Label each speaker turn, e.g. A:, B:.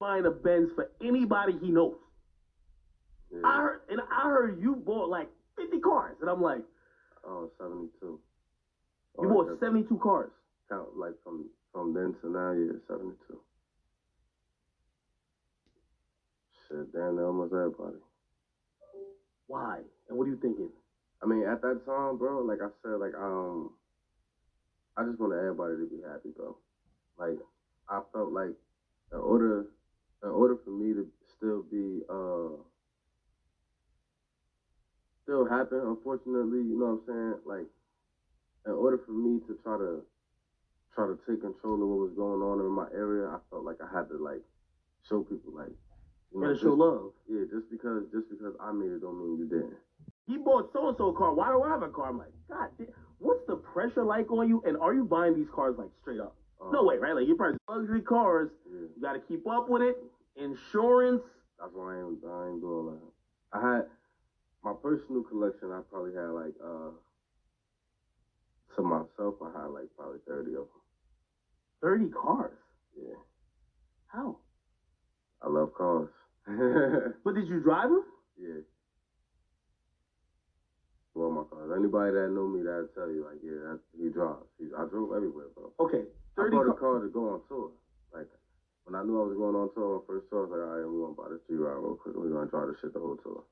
A: buying a Benz for anybody he knows.
B: Yeah.
A: I heard, and I heard you bought like 50 cars, and I'm like,
B: Oh, 72.
A: you
B: Oh,
A: bought
B: that's
A: 72 cars.
B: Count like from from then to now, yeah, 72. Shit, damn, that almost everybody.
A: Why? And what are you thinking?
B: I mean, at that time, bro, like I said, like um, I just wanted everybody to be happy, bro. Like I felt like in order, in order for me to still be uh, still happen. Unfortunately, you know what I'm saying. Like in order for me to try to try to take control of what was going on in my area, I felt like I had to like show people like
A: You
B: you
A: gotta
B: just-
A: show love.
B: Yeah, just because just because I made it don't mean you didn't.
A: He bought so and so a car. Why do I have a car? I'm like, God, damn, what's the pressure like on you? And are you buying these cars like straight up? No
B: Um,
A: way, right? Like you probably luxury cars.
B: Yeah.
A: You gotta keep up with it. Insurance.
B: That's why I ain't, I ain't doing that. I had my personal collection. I probably had like uh to myself. I had like probably thirty of them.
A: 30 cars.
B: Yeah,
A: How?
B: I love cars.
A: But did you drive them?
B: yeah, love my cars. Anybody that know me, that tell you like, yeah, that, he drives. He, I drove everywhere, bro.
A: Okay. 30
B: I bought
A: cars.
B: a car to go on tour. Like when I knew I was going on tour, my first tour, I was like, all right, we're gonna buy this G ride real quick. We're gonna drive this shit the whole tour.